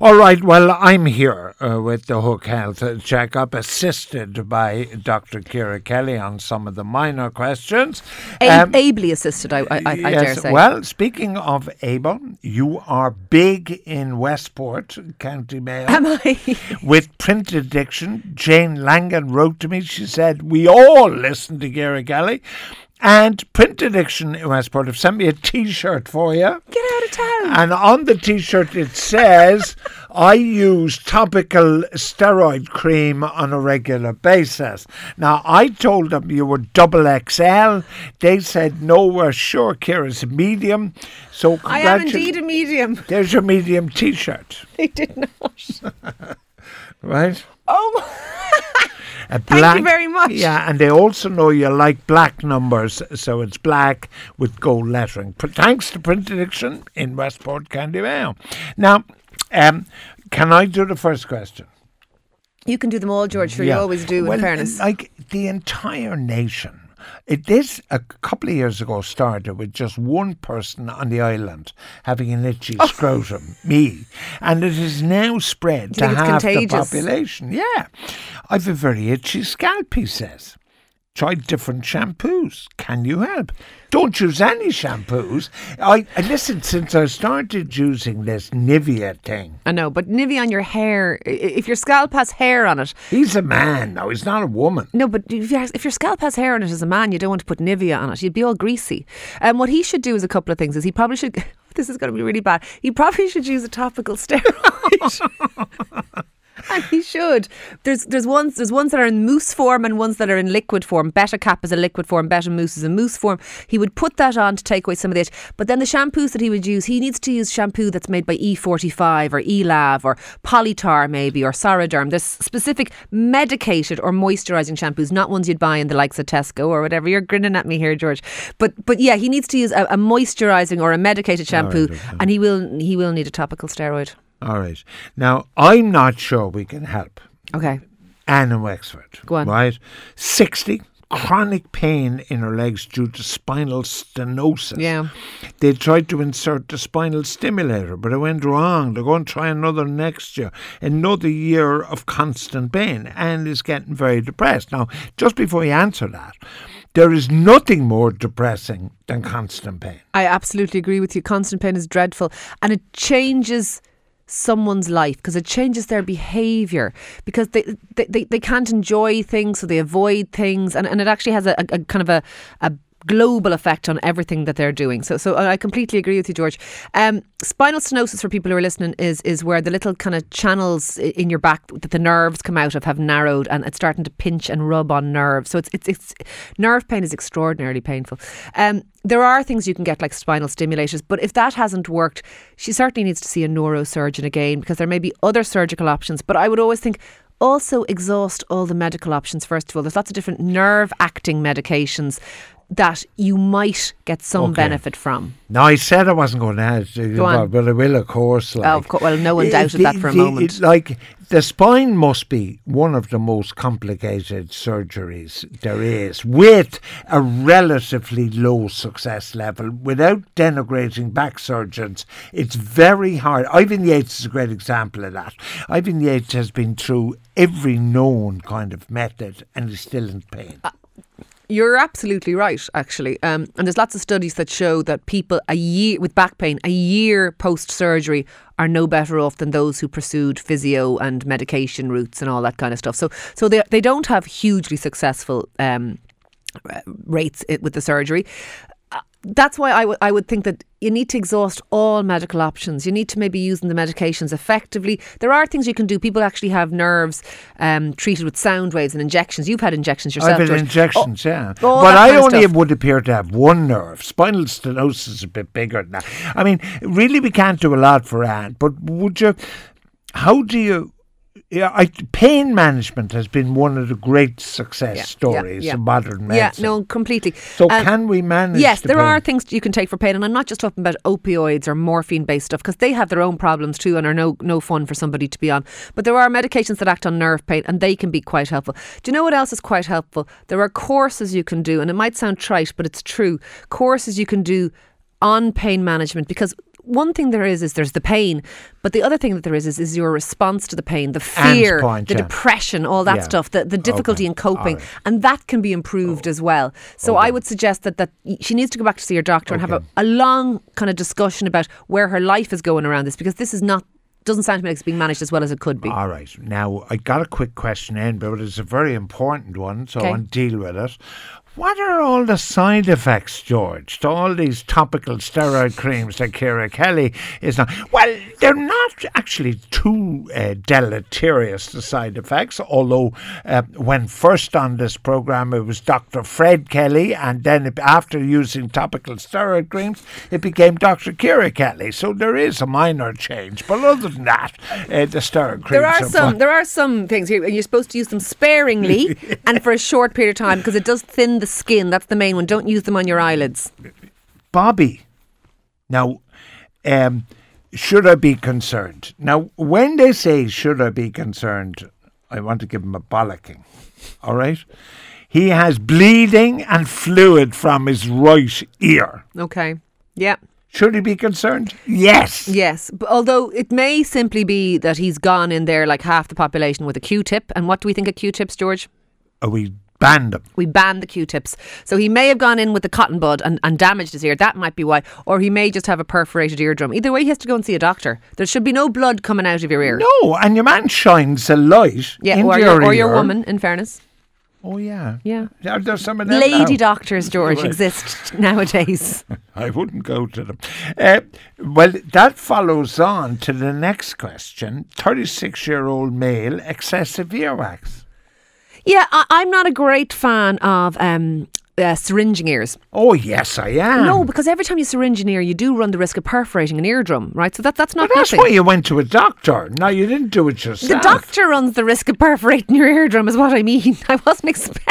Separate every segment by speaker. Speaker 1: All right, well, I'm here uh, with the Hook Health Checkup, assisted by Dr. Kira Kelly on some of the minor questions.
Speaker 2: A-
Speaker 1: Um,
Speaker 2: ably assisted, I, I, I, I dare
Speaker 1: Yes,
Speaker 2: say.
Speaker 1: Well, speaking of able, you are big in Westport, County Mayo.
Speaker 2: Am I?
Speaker 1: with print addiction. Jane Langan wrote to me. She said, We all listen to Gary Galley. And print addiction in Westport have sent me a t shirt for you.
Speaker 2: Get out of town.
Speaker 1: And on the t shirt, it says, I use topical steroid cream on a regular basis. Now, I told them you were double XL. They said, No, we're sure Kira's medium. So,
Speaker 2: I am
Speaker 1: congratu-
Speaker 2: indeed a medium.
Speaker 1: There's your medium t shirt,
Speaker 2: They did not.
Speaker 1: right?
Speaker 2: Oh, my-
Speaker 1: A
Speaker 2: you
Speaker 1: black,
Speaker 2: very much.
Speaker 1: Yeah, and they also know you like black numbers, so it's black with gold lettering. Pr- thanks to Print Addiction in Westport, County Mayo. Now, um, can I do the first question?
Speaker 2: you can do them all, George. Sure, you always do. In
Speaker 1: Well,
Speaker 2: fairness,
Speaker 1: Like the entire nation. It, this a couple of years ago started with just one person on the island having an itchy
Speaker 2: Oh.
Speaker 1: scrotum, me, and it is now spread to
Speaker 2: think it's
Speaker 1: half the
Speaker 2: contagious?
Speaker 1: population. Yeah, I've a very itchy scalp. He says. Try different shampoos. Can you help? Don't use any shampoos. I, I listen. Since I started using this Nivea thing,
Speaker 2: I know. But Nivea on your hair. i- If your scalp has hair on it,
Speaker 1: he's a man now. He's not a woman.
Speaker 2: No, but if your, if your scalp has hair on it as a man, you don't want to put Nivea on it. You'd be all greasy. And um, what he should do is a couple of things. Is he probably should. This is going to be really bad. He probably should use a topical steroid. And he should. There's there's ones there's ones that are in mousse form and ones that are in liquid form. Beta cap is a liquid form. Beta mousse is a mousse form. He would put that on to take away some of the itch. But then the shampoos that he would use, he needs to use shampoo that's made by E45 or Elav or Polytar maybe or Saraderm. There's specific medicated or moisturising shampoos, not ones you'd buy in the likes of Tesco or whatever. You're grinning at me here, George. But but yeah, he needs to use a, a moisturising or a medicated shampoo, and he will he will need a topical steroid.
Speaker 1: All right. Now, I'm not sure we can help.
Speaker 2: Okay.
Speaker 1: Anna Wexford.
Speaker 2: Go on.
Speaker 1: Right? 60, chronic pain in her legs due to spinal stenosis.
Speaker 2: Yeah.
Speaker 1: They tried to insert the spinal stimulator, but it went wrong. They're going to try another next year. Another year of constant pain and is getting very depressed. Now, just before you answer that, there is nothing more depressing than constant pain.
Speaker 2: I absolutely agree with you. Constant pain is dreadful and it changes someone's life because it changes their behavior because they, they, they, they can't enjoy things so they avoid things and, and it actually has a, a, a kind of a, a global effect on everything that they're doing so so I completely agree with you George um, spinal stenosis for people who are listening is is where the little kind of channels i- in your back that the nerves come out of have narrowed and it's starting to pinch and rub on nerves so it's it's, it's nerve pain is extraordinarily painful um, there are things you can get like spinal stimulators, but if that hasn't worked, she certainly needs to see a neurosurgeon again because there may be other surgical options. But I would always think also exhaust all the medical options first of all. There's lots of different nerve acting medications that you might get some
Speaker 1: Okay.
Speaker 2: benefit from.
Speaker 1: Now, I said I wasn't going to ask, you,
Speaker 2: Go on. Oh,
Speaker 1: but, but I will, of course. Like,
Speaker 2: of course, well, no one
Speaker 1: It-
Speaker 2: doubted
Speaker 1: the-
Speaker 2: that for a
Speaker 1: the-
Speaker 2: moment.
Speaker 1: it- like the spine must be one of the most complicated surgeries there is, with a relatively low success level. Without denigrating back surgeons, it's very hard. Ivan Yates is a great example of that. Ivan Yates has been through every known kind of method, and he's still in pain.
Speaker 2: You're absolutely right, actually. Um, and there's lots of studies that show that people a year with back pain, a year post surgery, are no better off than those who pursued physio and medication routes and all that kind of stuff. So, so they they don't have hugely successful um, r- rates i- with the surgery. Uh, That's why I would I would think that you need to exhaust all medical options. You need to maybe using the medications effectively. There are things you can do. People actually have nerves um, treated with sound waves and injections. You've had injections yourself.
Speaker 1: I've been
Speaker 2: George.
Speaker 1: injections, yeah.
Speaker 2: Oh, all
Speaker 1: but
Speaker 2: that
Speaker 1: I
Speaker 2: kind of
Speaker 1: only
Speaker 2: stuff.
Speaker 1: would appear to have one nerve. Spinal stenosis is a bit bigger than that. I mean, really, we can't do a lot for Anne, but would you? How do you? Yeah, I, pain management has been one of the great success
Speaker 2: Yeah, yeah,
Speaker 1: stories
Speaker 2: yeah.
Speaker 1: in modern medicine.
Speaker 2: Yeah, no, completely.
Speaker 1: So
Speaker 2: Um,
Speaker 1: can we manage?
Speaker 2: Yes,
Speaker 1: the
Speaker 2: there
Speaker 1: pain?
Speaker 2: are things you can take for pain, and I'm not just talking about opioids or morphine-based stuff because they have their own problems too, and are no no fun for somebody to be on. But there are medications that act on nerve pain, and they can be quite helpful. Do you know what else is quite helpful? There are courses you can do, and it might sound trite, but it's true. Courses you can do on pain management because one thing there is is there's the pain, but the other thing that there is is, is your response to the pain, the
Speaker 1: Anne's
Speaker 2: fear,
Speaker 1: point,
Speaker 2: the
Speaker 1: yeah.
Speaker 2: depression, all that
Speaker 1: Yeah.
Speaker 2: stuff, the, the difficulty
Speaker 1: Okay.
Speaker 2: in coping,
Speaker 1: All right.
Speaker 2: and that can be improved as well. So I would suggest that that y- she needs to go back to see her doctor and have
Speaker 1: Okay.
Speaker 2: a, a long kind of discussion about where her life is going around this because this is not doesn't sound to me like it's being managed as well as it could be.
Speaker 1: All right. Now, I got a quick question in, but it's a very important one, so
Speaker 2: Okay.
Speaker 1: I'll deal with it. What are all the side effects, George, to all these topical steroid creams that Kira Kelly is not? Well, they're not actually too uh, deleterious, the side effects, although uh, when first on this program it was Dr. Fred Kelly, and then it, after using topical steroid creams, it became Dr. Kira Kelly. So there is a minor change, but other than that, uh, the steroid creams
Speaker 2: There are
Speaker 1: fine.
Speaker 2: some. There are some things, you- and you're supposed to use them sparingly and for a short period of time because it does thin the skin. That's the main one. Don't use them on your eyelids.
Speaker 1: Bobby. Now, um, should I be concerned? Now, when they say, should I be concerned, I want to give him a bollocking. All right? He has bleeding and fluid from his right ear.
Speaker 2: Okay. Yeah.
Speaker 1: Should he be concerned? Yes.
Speaker 2: Yes. But although it may simply be that he's gone in there like half the population with a Q-tip. And what do we think of Q-tips, George?
Speaker 1: Are we banned him?
Speaker 2: We banned the Q-tips. So he may have gone in with the cotton bud and, and damaged his ear. That might be why. Or he may just have a perforated eardrum. Either way, he has to go and see a doctor. There should be no blood coming out of your ear.
Speaker 1: No, and your man shines a light
Speaker 2: Yeah,
Speaker 1: into
Speaker 2: or
Speaker 1: your,
Speaker 2: your, or your
Speaker 1: ear.
Speaker 2: woman, in fairness.
Speaker 1: Oh, yeah.
Speaker 2: Yeah.
Speaker 1: Are there some of them
Speaker 2: Lady
Speaker 1: now?
Speaker 2: doctors, George,
Speaker 1: Right.
Speaker 2: exist nowadays.
Speaker 1: I wouldn't go to them. Uh, well, that follows on to the next question 36 year old male, excessive earwax.
Speaker 2: yeah, I, I'm not a great fan of um, uh, syringing ears.
Speaker 1: Oh, yes, I am.
Speaker 2: no, because every time you syringe an ear, you do run the risk of perforating an eardrum, right? So that that's not
Speaker 1: but that's
Speaker 2: nothing.
Speaker 1: why you went to a doctor. No, you didn't do it yourself.
Speaker 2: the doctor runs the risk of perforating your eardrum, is what I mean. I wasn't expecting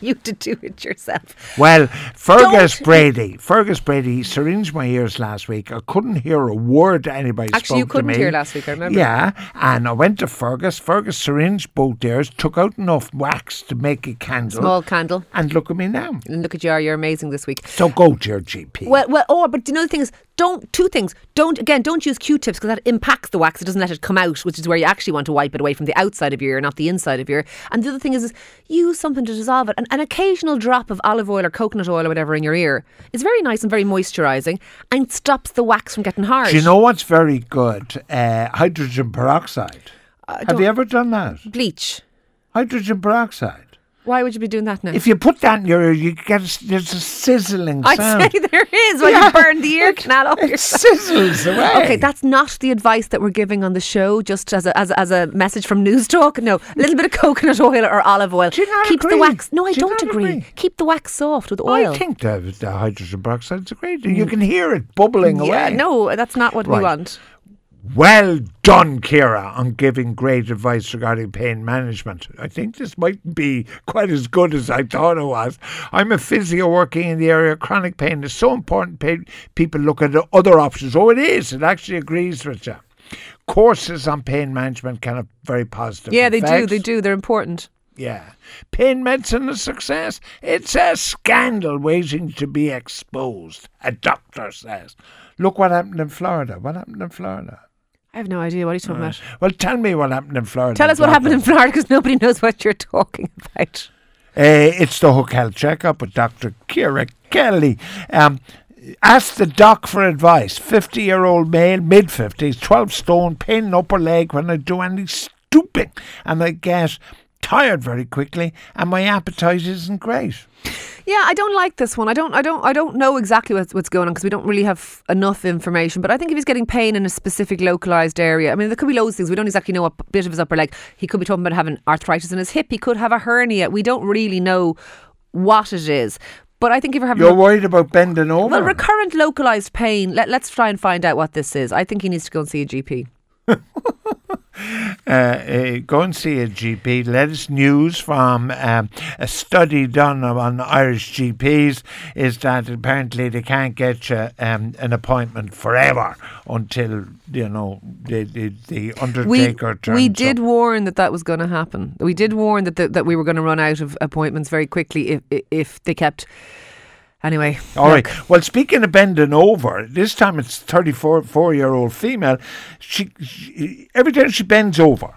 Speaker 2: you to do it yourself.
Speaker 1: Well, Fergus Brady, Fergus Brady syringed my ears last week. I couldn't hear a word anybody
Speaker 2: Actually, you
Speaker 1: spoke to
Speaker 2: couldn't
Speaker 1: me.
Speaker 2: hear last week, I remember.
Speaker 1: Yeah, and I went to Fergus. Fergus syringed both ears, took out enough wax to make a candle.
Speaker 2: Small candle.
Speaker 1: And look at me now.
Speaker 2: And look at you, you're amazing this week.
Speaker 1: So go to your GP.
Speaker 2: Well, well, or but you know the thing is, don't two things. Don't again, don't use Q-tips because that impacts the wax. It doesn't let it come out, which is where you actually want to wipe it away from the outside of your ear, not the inside of your ear. And the other thing is, is use something to dissolve it. An, an occasional drop of olive oil or coconut oil or whatever in your ear is very nice and very moisturising, and stops the wax from getting hard.
Speaker 1: Do you know what's very good? Uh, hydrogen peroxide. Have
Speaker 2: don't-
Speaker 1: you ever done that?
Speaker 2: bleach?
Speaker 1: Hydrogen peroxide.
Speaker 2: Why would you be doing that now?
Speaker 1: If you put that in your ear, you get a s there's a sizzling sound.
Speaker 2: I say there is when you burn the ear canal off
Speaker 1: it
Speaker 2: your
Speaker 1: sizzles away.
Speaker 2: Okay, that's not the advice that we're giving on the show, just as a, as, a- as a message from News Talk. No, a little bit of coconut oil or olive oil.
Speaker 1: Do you not
Speaker 2: Keeps the
Speaker 1: agree?
Speaker 2: wax. No, I
Speaker 1: Do you
Speaker 2: not
Speaker 1: not
Speaker 2: agree. Oh,
Speaker 1: agree?
Speaker 2: Keep the wax soft with oil. Mm.
Speaker 1: I think the, the hydrogen peroxide's great. You can hear it bubbling
Speaker 2: yeah,
Speaker 1: away.
Speaker 2: no, that's not what we
Speaker 1: Right.
Speaker 2: want.
Speaker 1: Well done, Kira, on giving great advice regarding pain management. I think this might be quite as good as I thought it was. I'm a physio working in the area of chronic pain. It's so important pa- people look at the other options. Oh, it is. It actually agrees with you. Courses on pain management can have very positive
Speaker 2: Yeah, they do.
Speaker 1: effects.
Speaker 2: They do. They're important.
Speaker 1: Yeah. Pain medicine is success. It's a scandal waiting to be exposed, a doctor says. Look what happened in Florida. What happened in Florida?
Speaker 2: I have no idea what are you talking about.
Speaker 1: Well, tell me what happened in Florida.
Speaker 2: Tell us what happened in Florida because nobody knows what you're talking about.
Speaker 1: Uh, it's the Hotel Checkup with Dr. Kira Kelly. Um, ask the doc for advice. 50 year old male, mid 50s, 12 stone, pain in upper leg when I do any stooping. And I get tired very quickly, and my appetite isn't great.
Speaker 2: Yeah, I don't like this one. I don't, I don't, I don't know exactly what's, what's going on because we don't really have enough information. But I think if he's getting pain in a specific localized area, I mean, there could be loads of things. We don't exactly know what bit of his upper leg. He could be talking about having arthritis in his hip. He could have a hernia. We don't really know what it is. But I think if you're having
Speaker 1: You're worried about bending over.
Speaker 2: well recurrent localized pain, let, let's try and find out what this is. I think he needs to go and see a GP.
Speaker 1: uh, uh, go and see a GP. Latest news from um, a study done on Irish GPs is that apparently they can't get you um, an appointment forever until you know the the, the
Speaker 2: We
Speaker 1: undertaker turns
Speaker 2: we did
Speaker 1: up.
Speaker 2: warn that that was going to happen. We did warn that that that we were going to run out of appointments very quickly if if they kept. Anyway.
Speaker 1: All right.
Speaker 2: look,
Speaker 1: Well, speaking of bending over, this time it's 34 four year old female. She, she every time she bends over,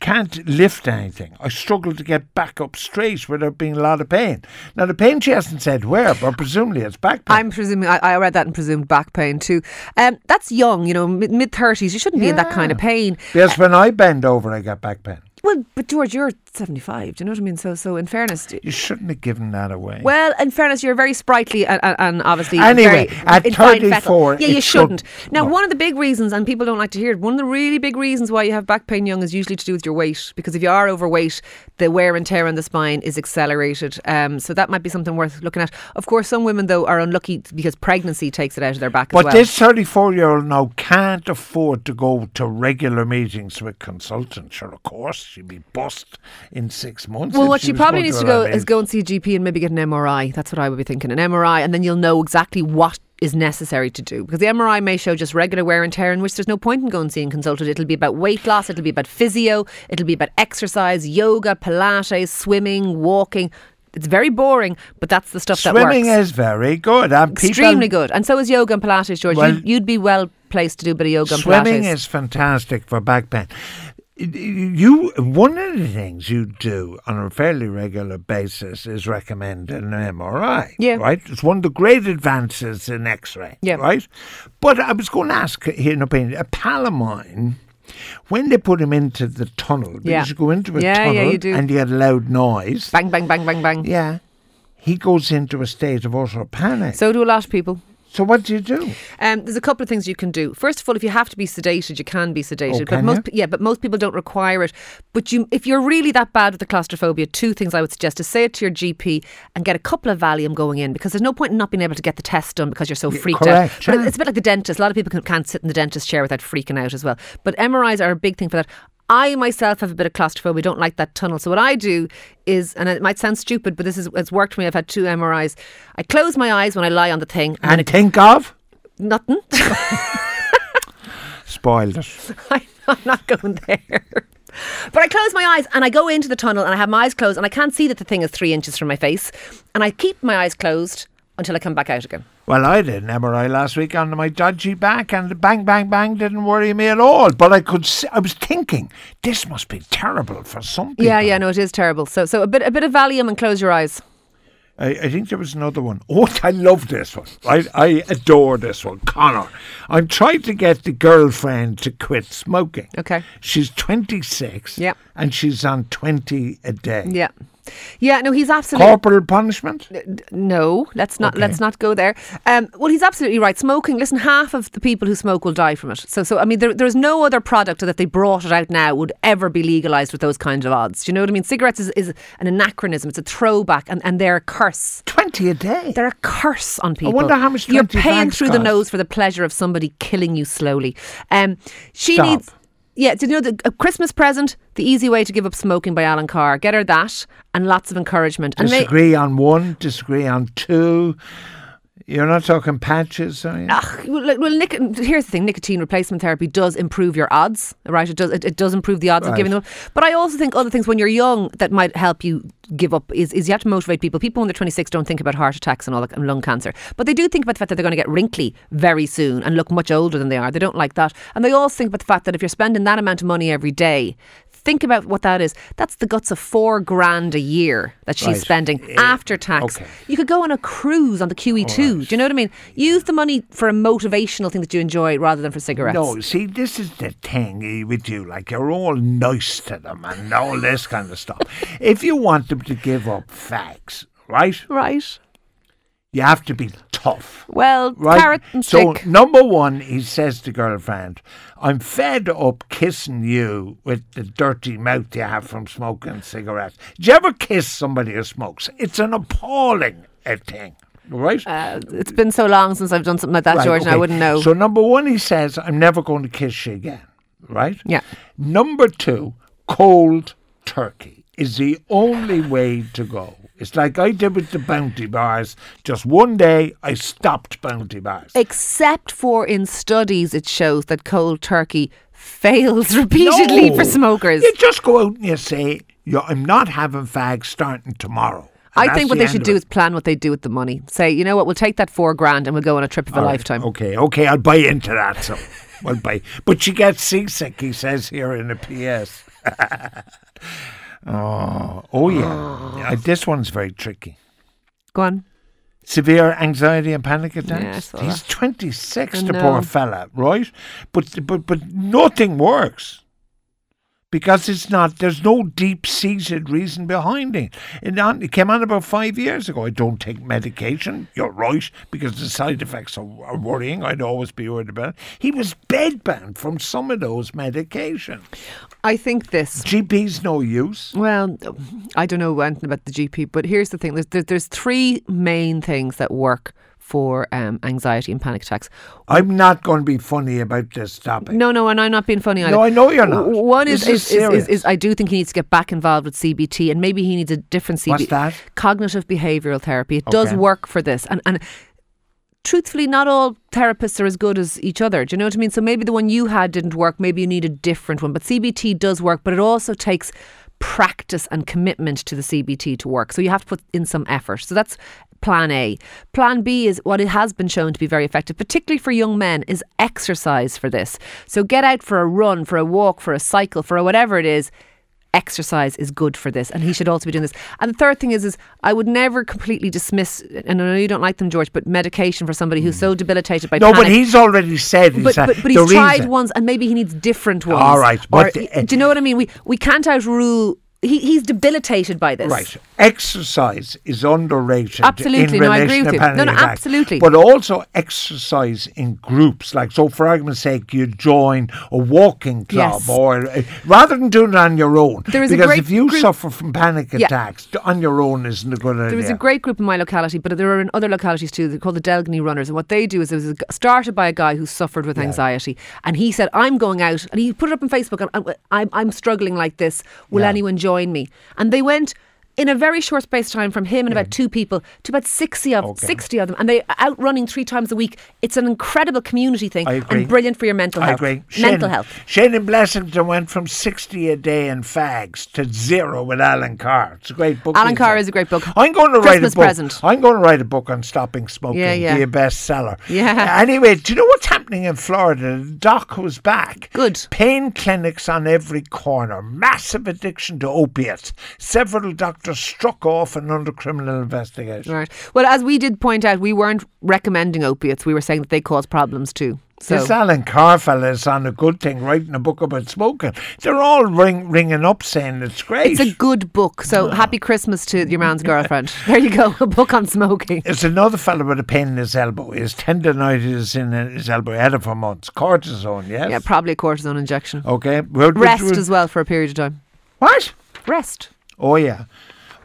Speaker 1: can't lift anything. I struggle to get back up straight without being a lot of pain. Now the pain she hasn't said where, but presumably it's back pain.
Speaker 2: I'm presuming I, I read that and presumed back pain too. Um, that's young, you know, mid thirties. You shouldn't be in that kind of pain.
Speaker 1: because when I bend over, I get back pain.
Speaker 2: Well, but George, you're seventy five. Do you know what I mean? So, so in fairness, d-
Speaker 1: You shouldn't have given that away.
Speaker 2: well, in fairness, you're very sprightly and, and, and obviously
Speaker 1: Anyway,
Speaker 2: very
Speaker 1: at
Speaker 2: in fine fettle.
Speaker 1: 34,
Speaker 2: Yeah,
Speaker 1: it
Speaker 2: you
Speaker 1: shouldn't.
Speaker 2: shouldn't. Now,
Speaker 1: No.
Speaker 2: one of the big reasons, and people don't like to hear it, one of the really big reasons why you have back pain young is usually to do with your weight. Because if you are overweight, the wear and tear on the spine is accelerated. Um, so that might be something worth looking at. Of course, some women though are unlucky because pregnancy takes it out of their back as
Speaker 1: But
Speaker 2: well.
Speaker 1: this 34 year old now can't afford to go to regular meetings with consultants. Sure, of course, she'd be bust in six months.
Speaker 2: Well,
Speaker 1: if
Speaker 2: what she
Speaker 1: was
Speaker 2: probably
Speaker 1: going
Speaker 2: needs to
Speaker 1: her
Speaker 2: go
Speaker 1: own
Speaker 2: is
Speaker 1: age.
Speaker 2: go and see a GP and maybe get an MRI. That's what I would be thinking. An MRI, and then you'll know exactly what is necessary to do because the MRI may show just regular wear and tear, in which there's no point in going and seeing consulted. It'll be about weight loss, it'll be about physio, it'll be about exercise, yoga, Pilates, swimming, walking. It's very boring, but that's the stuff that
Speaker 1: Swimming
Speaker 2: works.
Speaker 1: is very good. And people-
Speaker 2: Extremely good, and so is yoga and Pilates, George.
Speaker 1: Well-
Speaker 2: you'd, you'd be well placed to do a bit of yoga
Speaker 1: Swimming
Speaker 2: and Pilates.
Speaker 1: is fantastic for back pain. You one of the things you do on a fairly regular basis is recommend an MRI.
Speaker 2: Yeah.
Speaker 1: Right? It's one of the great advances in X ray.
Speaker 2: Yeah.
Speaker 1: Right? But I was gonna ask here an opinion. A pal of mine when they put him into the tunnel, because
Speaker 2: Yeah.
Speaker 1: you go into a
Speaker 2: Yeah, yeah,
Speaker 1: tunnel
Speaker 2: you do.
Speaker 1: and you get a loud noise.
Speaker 2: bang, bang, bang, bang, bang.
Speaker 1: Yeah. He goes into a state of utter panic. So,
Speaker 2: So do a lot of people.
Speaker 1: what do you do?
Speaker 2: Um, there's a couple of things you can do. First of all, if you have to be sedated, you can be sedated.
Speaker 1: Oh,
Speaker 2: but
Speaker 1: can
Speaker 2: most
Speaker 1: you?
Speaker 2: pe- yeah, but most people don't require it. But you, if you're really that bad with the claustrophobia, two things I would suggest is say it to your GP and get a couple of Valium going in because there's no point in not being able to get the test done because you're so freaked
Speaker 1: correct,
Speaker 2: out. But
Speaker 1: yeah.
Speaker 2: it's a bit like the dentist. A lot of people can, can't sit in the dentist chair without freaking out as well. But MRIs are a big thing for that. I myself have a bit of claustrophobia. Don't like that tunnel. So what I do is, and it might sound stupid, but this is it's worked for me. I've had two MRIs. I close my eyes when I lie on the thing. and
Speaker 1: And think of
Speaker 2: nothing.
Speaker 1: spoiled it.
Speaker 2: I, I'm not going there. But I close my eyes and I go into the tunnel and I have my eyes closed and I can't see that the thing is three inches from my face. And I keep my eyes closed until I come back out again.
Speaker 1: Well, I did an MRI last week on my dodgy back, and the bang, bang, bang didn't worry me at all. But I could, see, I was thinking, this must be terrible for some people.
Speaker 2: Yeah, yeah, no, it is terrible. So, so a bit, a bit of Valium and close your eyes.
Speaker 1: I, I think there was another one. Oh, I love this one. I, I adore this one. Connor, I'm trying to get the girlfriend to quit smoking.
Speaker 2: Okay.
Speaker 1: She's 26.
Speaker 2: Yeah.
Speaker 1: And she's on 20 a day.
Speaker 2: Yeah, yeah. No, he's absolutely
Speaker 1: Corporal punishment?
Speaker 2: d- no. Let's not
Speaker 1: Okay.
Speaker 2: let's not go there. Um, well, he's absolutely right. Smoking. Listen, half of the people who smoke will die from it. So, so I mean, there, there is no other product that if they brought it out now would ever be legalized with those kinds of odds. Do you know what I mean? Cigarettes is, is an anachronism. It's a throwback, and, and they're a curse.
Speaker 1: 20 a day.
Speaker 2: They're a curse on people.
Speaker 1: wonder how much
Speaker 2: you're
Speaker 1: 20
Speaker 2: paying
Speaker 1: bags
Speaker 2: through the
Speaker 1: cost.
Speaker 2: nose for the pleasure of somebody killing you slowly. Um, she
Speaker 1: Stop.
Speaker 2: needs. Yeah, do you know the a Christmas present? The easy way to give up smoking by Alan Carr. Get her that and lots of encouragement. And may-
Speaker 1: disagree on one, disagree on two. You're not talking patches, are you?
Speaker 2: Ugh, well, like- well nic- here's the thing: nicotine replacement therapy does improve your odds, right? It does. It, it does improve the odds of giving them. up. But I also think other things when you're young that might help you give up is, is you have to motivate people. People when they're 26 don't think about heart attacks and all that, and lung cancer, but they do think about the fact that they're going to get wrinkly very soon and look much older than they are. They don't like that, and they also think about the fact that if you're spending that amount of money every day. Think about what that is. That's the guts of four grand a year that she's
Speaker 1: Right. Eh,
Speaker 2: spending after tax.
Speaker 1: okay.
Speaker 2: You could go on a cruise on the QE2. Do you know what I mean? Use the money for a motivational thing that you enjoy rather than for cigarettes.
Speaker 1: No, see, this is the thing eh, with you. Like, you're all nice to them and all this kind of stuff. if you want them to give up fags, right,
Speaker 2: Right.
Speaker 1: you have to be tough.
Speaker 2: Well,
Speaker 1: Right.
Speaker 2: carrot and
Speaker 1: so,
Speaker 2: stick.
Speaker 1: number one, he says to girlfriend, I'm fed up kissing you with the dirty mouth you have from smoking cigarettes. Do you ever kiss somebody who smokes? It's an appalling eh, thing, right?
Speaker 2: Uh, it's been so long since I've done something like that,
Speaker 1: Right,
Speaker 2: George, and I
Speaker 1: okay.
Speaker 2: wouldn't know.
Speaker 1: So number one, he says, "I'm never going to kiss you again." Right?
Speaker 2: Yeah.
Speaker 1: Number two, cold turkey is the only way to go. It's like I did with the bounty bars. Just one day, I stopped bounty bars.
Speaker 2: Except for in studies, it shows that cold turkey fails repeatedly
Speaker 1: No.
Speaker 2: for smokers.
Speaker 1: You just go out and you say, "Yeah, "I'm not having fags starting tomorrow."
Speaker 2: I
Speaker 1: That's
Speaker 2: think what
Speaker 1: the
Speaker 2: they
Speaker 1: end
Speaker 2: should
Speaker 1: of
Speaker 2: do
Speaker 1: it.
Speaker 2: is plan what they do with the money. Say, you know what, we'll take that four grand and we'll go on a trip of a
Speaker 1: All right,
Speaker 2: lifetime.
Speaker 1: Okay, okay, I'll buy into that. So, I'll buy. But she gets seasick. He says here in a PS. oh, oh yeah. Uh, This one's very tricky.
Speaker 2: Go on.
Speaker 1: Severe anxiety and panic
Speaker 2: Yeah, I
Speaker 1: attacks.
Speaker 2: saw
Speaker 1: He's twenty six,
Speaker 2: I
Speaker 1: the poor
Speaker 2: know.
Speaker 1: fella, right? But but but nothing works. Because it's not, there's no deep seated reason behind it. It, on, it came on about five years ago. I don't take medication. You're right, because the side effects are, are worrying. I'd always be worried about it. He was bedbound from some of those medications.
Speaker 2: I think this.
Speaker 1: GP's no use.
Speaker 2: Well, I don't know anything about the GP, but here's the thing: there's there's, there's three main things that work for um, anxiety and panic attacks.
Speaker 1: I'm not going to be funny about this topic.
Speaker 2: No, no, and I'm not being funny.
Speaker 1: No, I know you're not.
Speaker 2: W- One is
Speaker 1: This
Speaker 2: is,
Speaker 1: is
Speaker 2: is,
Speaker 1: serious.
Speaker 2: is is I do think he needs to get back involved with CBT, and maybe he needs a different CBT.
Speaker 1: What's that?
Speaker 2: Cognitive behavioral therapy. It does
Speaker 1: Okay.
Speaker 2: work for this, and and. Truthfully, not all therapists are as good as each other. Do you know what I mean? So maybe the one you had didn't work. Maybe you need a different one. But CBT does work, but it also takes practice and commitment to the CBT to work. So you have to put in some effort. So that's plan A. Plan B is what it has been shown to be very effective, particularly for young men, is exercise for this. So get out for a run, for a walk, for a cycle, for a whatever it is. Exercise is good for this, and he should also be doing this. And the third thing is, is I would never completely dismiss, and I know you don't like them, George, but medication for somebody who's so debilitated by
Speaker 1: Mm. No,
Speaker 2: panic
Speaker 1: but he's already said. He's
Speaker 2: but,
Speaker 1: said
Speaker 2: but, but
Speaker 1: the
Speaker 2: he's tried
Speaker 1: reason-
Speaker 2: ones and maybe he needs different ones.
Speaker 1: All right,
Speaker 2: Or-
Speaker 1: but the-
Speaker 2: do you know what I mean? We we can't outrule. He, he's debilitated by this.
Speaker 1: Right. Exercise is underrated.
Speaker 2: Absolutely,
Speaker 1: In
Speaker 2: no, I
Speaker 1: relation
Speaker 2: agree with
Speaker 1: to
Speaker 2: you.
Speaker 1: panic
Speaker 2: No, no,
Speaker 1: attacks.
Speaker 2: absolutely.
Speaker 1: But also exercise in groups. Like, so for argument's sake, you join a walking club
Speaker 2: Yes.
Speaker 1: or uh, rather than doing it on your own.
Speaker 2: There is a
Speaker 1: because
Speaker 2: great
Speaker 1: if you
Speaker 2: group-
Speaker 1: suffer from panic
Speaker 2: Yeah.
Speaker 1: attacks, d- on your own isn't a good idea.
Speaker 2: There was a great group in my locality, but there are in other localities too. They're called the Delgany Runners, and what they do is it was started by a guy who suffered with anxiety, and he said, "I'm going out," and he put it up on Facebook, and I'm, I'm, I'm struggling like this. Will
Speaker 1: Yeah.
Speaker 2: anyone join me?" And they went. In a very short space of time, from him and about two people to about sixty of
Speaker 1: Mm. Okay.
Speaker 2: sixty of them, and they are out running three times a week. It's an incredible community thing
Speaker 1: I agree.
Speaker 2: and brilliant for your mental
Speaker 1: I
Speaker 2: health.
Speaker 1: agree.
Speaker 2: Mental
Speaker 1: Shane-
Speaker 2: health.
Speaker 1: Shane in Blessington went from 60 a day in fags to zero with Alan Carr. It's a great book.
Speaker 2: Alan
Speaker 1: he's
Speaker 2: Carr
Speaker 1: on.
Speaker 2: is a great book.
Speaker 1: I'm going to write a
Speaker 2: Christmas
Speaker 1: book.
Speaker 2: present.
Speaker 1: I'm going to write a book on stopping smoking.
Speaker 2: Yeah, yeah.
Speaker 1: Be a bestseller.
Speaker 2: Yeah.
Speaker 1: Uh, Anyway, do you know what's happening in Florida? The doc was back.
Speaker 2: Good.
Speaker 1: Pain clinics on every corner. Massive addiction to opiates. Several doctors struck off and under criminal investigation.
Speaker 2: Right. Well, as we did point out, we weren't recommending opiates. We were saying that they cause problems too. So
Speaker 1: This Alan Carr fella is on a good thing, writing a book about smoking. They're all ring, ringing up saying it's great.
Speaker 2: it's a good book. So happy Christmas to your man's girlfriend. There you go. A book on smoking.
Speaker 1: There's another fellow with a pain in his elbow. His tendonitis in his elbow. He had it for months. Cortisone, yes.
Speaker 2: Yeah, probably a cortisone injection.
Speaker 1: Okay. Well, Oh, which
Speaker 2: Rest
Speaker 1: was-
Speaker 2: as well for a period of time.
Speaker 1: What?
Speaker 2: Rest.
Speaker 1: Oh yeah.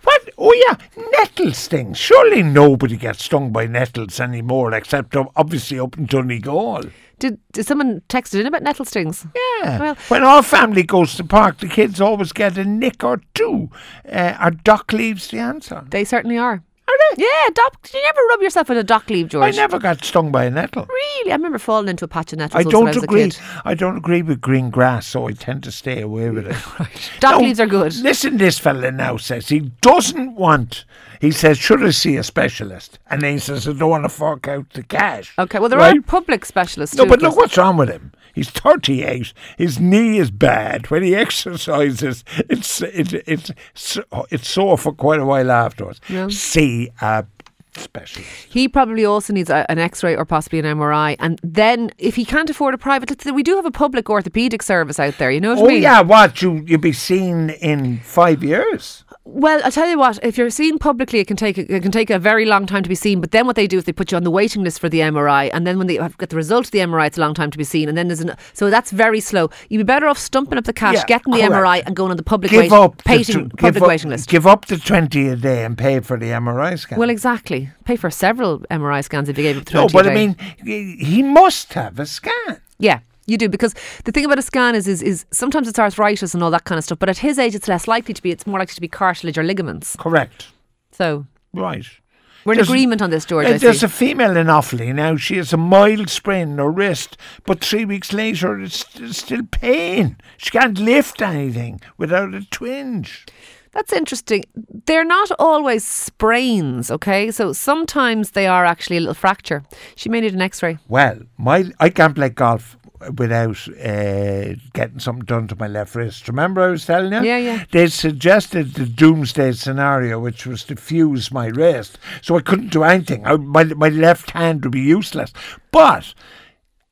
Speaker 1: What? Oh yeah. Nettle stings. Surely nobody gets stung by nettles anymore, except ob- obviously up in Donegal.
Speaker 2: Did, did someone texted in about nettle stings?
Speaker 1: Yeah.
Speaker 2: Well-
Speaker 1: when our family goes to the park, the kids always get a nick or two. Uh, are dock leaves the answer?
Speaker 2: They certainly are.
Speaker 1: Are they?
Speaker 2: Yeah, doc. Did you never rub yourself with a dock leaf, George?
Speaker 1: I never got stung by a nettle.
Speaker 2: Really, I remember falling into a patch of nettles
Speaker 1: I
Speaker 2: once when
Speaker 1: don't
Speaker 2: I was a
Speaker 1: agree.
Speaker 2: kid.
Speaker 1: I don't agree with green grass, so I tend to stay away with it.
Speaker 2: Dock
Speaker 1: No,
Speaker 2: leaves are good.
Speaker 1: Listen, this fella now says he doesn't want. He says, "Should I see a specialist?" And then he says, "I don't want to fork out the cash."
Speaker 2: Okay, well, there are public specialists.
Speaker 1: No,
Speaker 2: too,
Speaker 1: but
Speaker 2: of
Speaker 1: look
Speaker 2: course.
Speaker 1: what's wrong with him. He's 38. His knee is bad. When he exercises, it's it's it's so- it's sore for quite a while afterwards.
Speaker 2: Yeah.
Speaker 1: See a specialist.
Speaker 2: He probably also needs a, an X-ray or possibly an MRI, and then if he can't afford a private, let's- we do have a public orthopedic service out there. You know what
Speaker 1: Oh
Speaker 2: I mean?
Speaker 1: yeah, what you you'll be seen in five years.
Speaker 2: Well, I tell you what, if you're seen publicly, it can take a, it can take a very long time to be seen. But then what they do is they put you on the waiting list for the MRI, and then when they have got the result of the MRI, it's a long time to be seen. And then there's an so that's very slow. You'd be better off stumping up the cash,
Speaker 1: Yeah,
Speaker 2: getting the
Speaker 1: correct.
Speaker 2: MRI, and going on the public
Speaker 1: Give
Speaker 2: wait-
Speaker 1: up the
Speaker 2: pating-
Speaker 1: tw-
Speaker 2: public
Speaker 1: give up,
Speaker 2: waiting list.
Speaker 1: Give up the twenty a day and pay for the MRI scan.
Speaker 2: well, exactly. Pay for several MRI scans if you gave up
Speaker 1: no,
Speaker 2: 20
Speaker 1: but
Speaker 2: a
Speaker 1: I
Speaker 2: day.
Speaker 1: mean, he he must have a scan.
Speaker 2: Yeah, you do because the thing about a scan is, is is sometimes it's arthritis and all that kind of stuff. But at his age, it's less likely to be. It's more likely to be cartilage or ligaments.
Speaker 1: Correct.
Speaker 2: So
Speaker 1: Right.
Speaker 2: we're in
Speaker 1: There's-
Speaker 2: agreement on this, George.
Speaker 1: Uh,
Speaker 2: I
Speaker 1: there's
Speaker 2: see.
Speaker 1: a female in Offaly now. She has a mild sprain in her wrist, but three weeks later, it's, it's still pain. She can't lift anything without a twinge.
Speaker 2: That's interesting. They're not always sprains, okay? So sometimes they are actually a little fracture. She may need an x ray.
Speaker 1: Well, my I can't play golf without uh, getting something done to my left wrist. Remember I was telling you?
Speaker 2: Yeah, yeah.
Speaker 1: They suggested the doomsday scenario, which was to fuse my wrist, so I couldn't do anything. I, my my left hand would be useless. But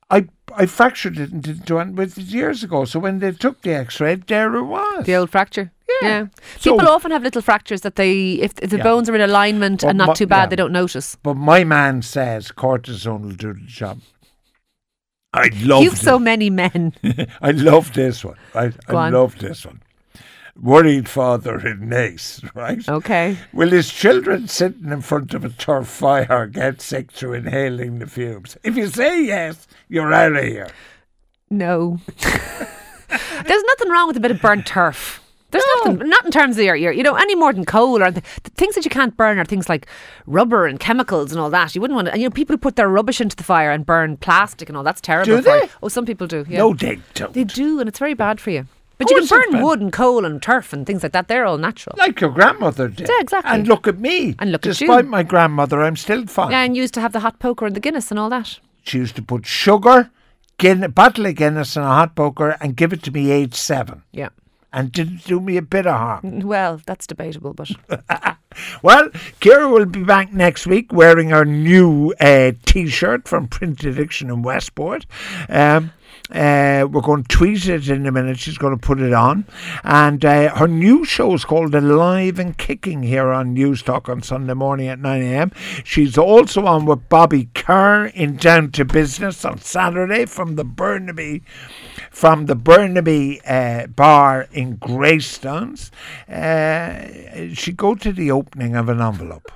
Speaker 1: I I fractured it and didn't do anything with it years ago. So when they took the X-ray, there it was.
Speaker 2: The old fracture.
Speaker 1: Yeah. So-
Speaker 2: People often have little fractures that they, if the
Speaker 1: Yeah.
Speaker 2: bones are in alignment
Speaker 1: Well,
Speaker 2: and not
Speaker 1: mu-
Speaker 2: too bad,
Speaker 1: yeah.
Speaker 2: they don't notice.
Speaker 1: But my man says cortisone will do the job. I love
Speaker 2: You've so many men.
Speaker 1: I love this one. I,
Speaker 2: Go
Speaker 1: I
Speaker 2: on.
Speaker 1: love this one. Worried father in Nace, right?
Speaker 2: Okay.
Speaker 1: Will his children sitting in front of a turf fire get sick through inhaling the fumes? If you say yes, you're out of here.
Speaker 2: No. There's nothing wrong with a bit of burnt turf. There's nothing, not in terms of your, your, you know, any more than coal or the, the things that you can't burn are things like rubber and chemicals and all that. You wouldn't want to, and you know, people who put their rubbish into the fire and burn plastic and all that's terrible.
Speaker 1: Do
Speaker 2: for you.
Speaker 1: they?
Speaker 2: Oh, some people do. Yeah.
Speaker 1: No, they don't.
Speaker 2: They do, and it's very bad for you. But you can
Speaker 1: Course it's
Speaker 2: burn
Speaker 1: bad.
Speaker 2: wood and coal and turf and things like that. They're all natural.
Speaker 1: like your grandmother did.
Speaker 2: Yeah, exactly.
Speaker 1: And look at me.
Speaker 2: And look at you.
Speaker 1: Despite my grandmother, I'm still fine.
Speaker 2: Yeah, and used to have the hot poker and the Guinness and all that.
Speaker 1: She used to put sugar, Guin- bottle of Guinness and a hot poker and give it to me age seven.
Speaker 2: Yeah.
Speaker 1: And didn't do me a bit of harm.
Speaker 2: Well, that's debatable, but
Speaker 1: Well, Kira will be back next week wearing her new uh, t shirt from Print Addiction in Westport. Um, uh, we're going to tweet it in a minute. She's going to put it on. And uh, her new show is called Alive and Kicking here on News Talk on Sunday morning at 9 a.m. She's also on with Bobby Kerr in Down to Business on Saturday from the Burnaby from the Burnaby uh, bar in Greystones. Uh, she go to the opening of an envelope.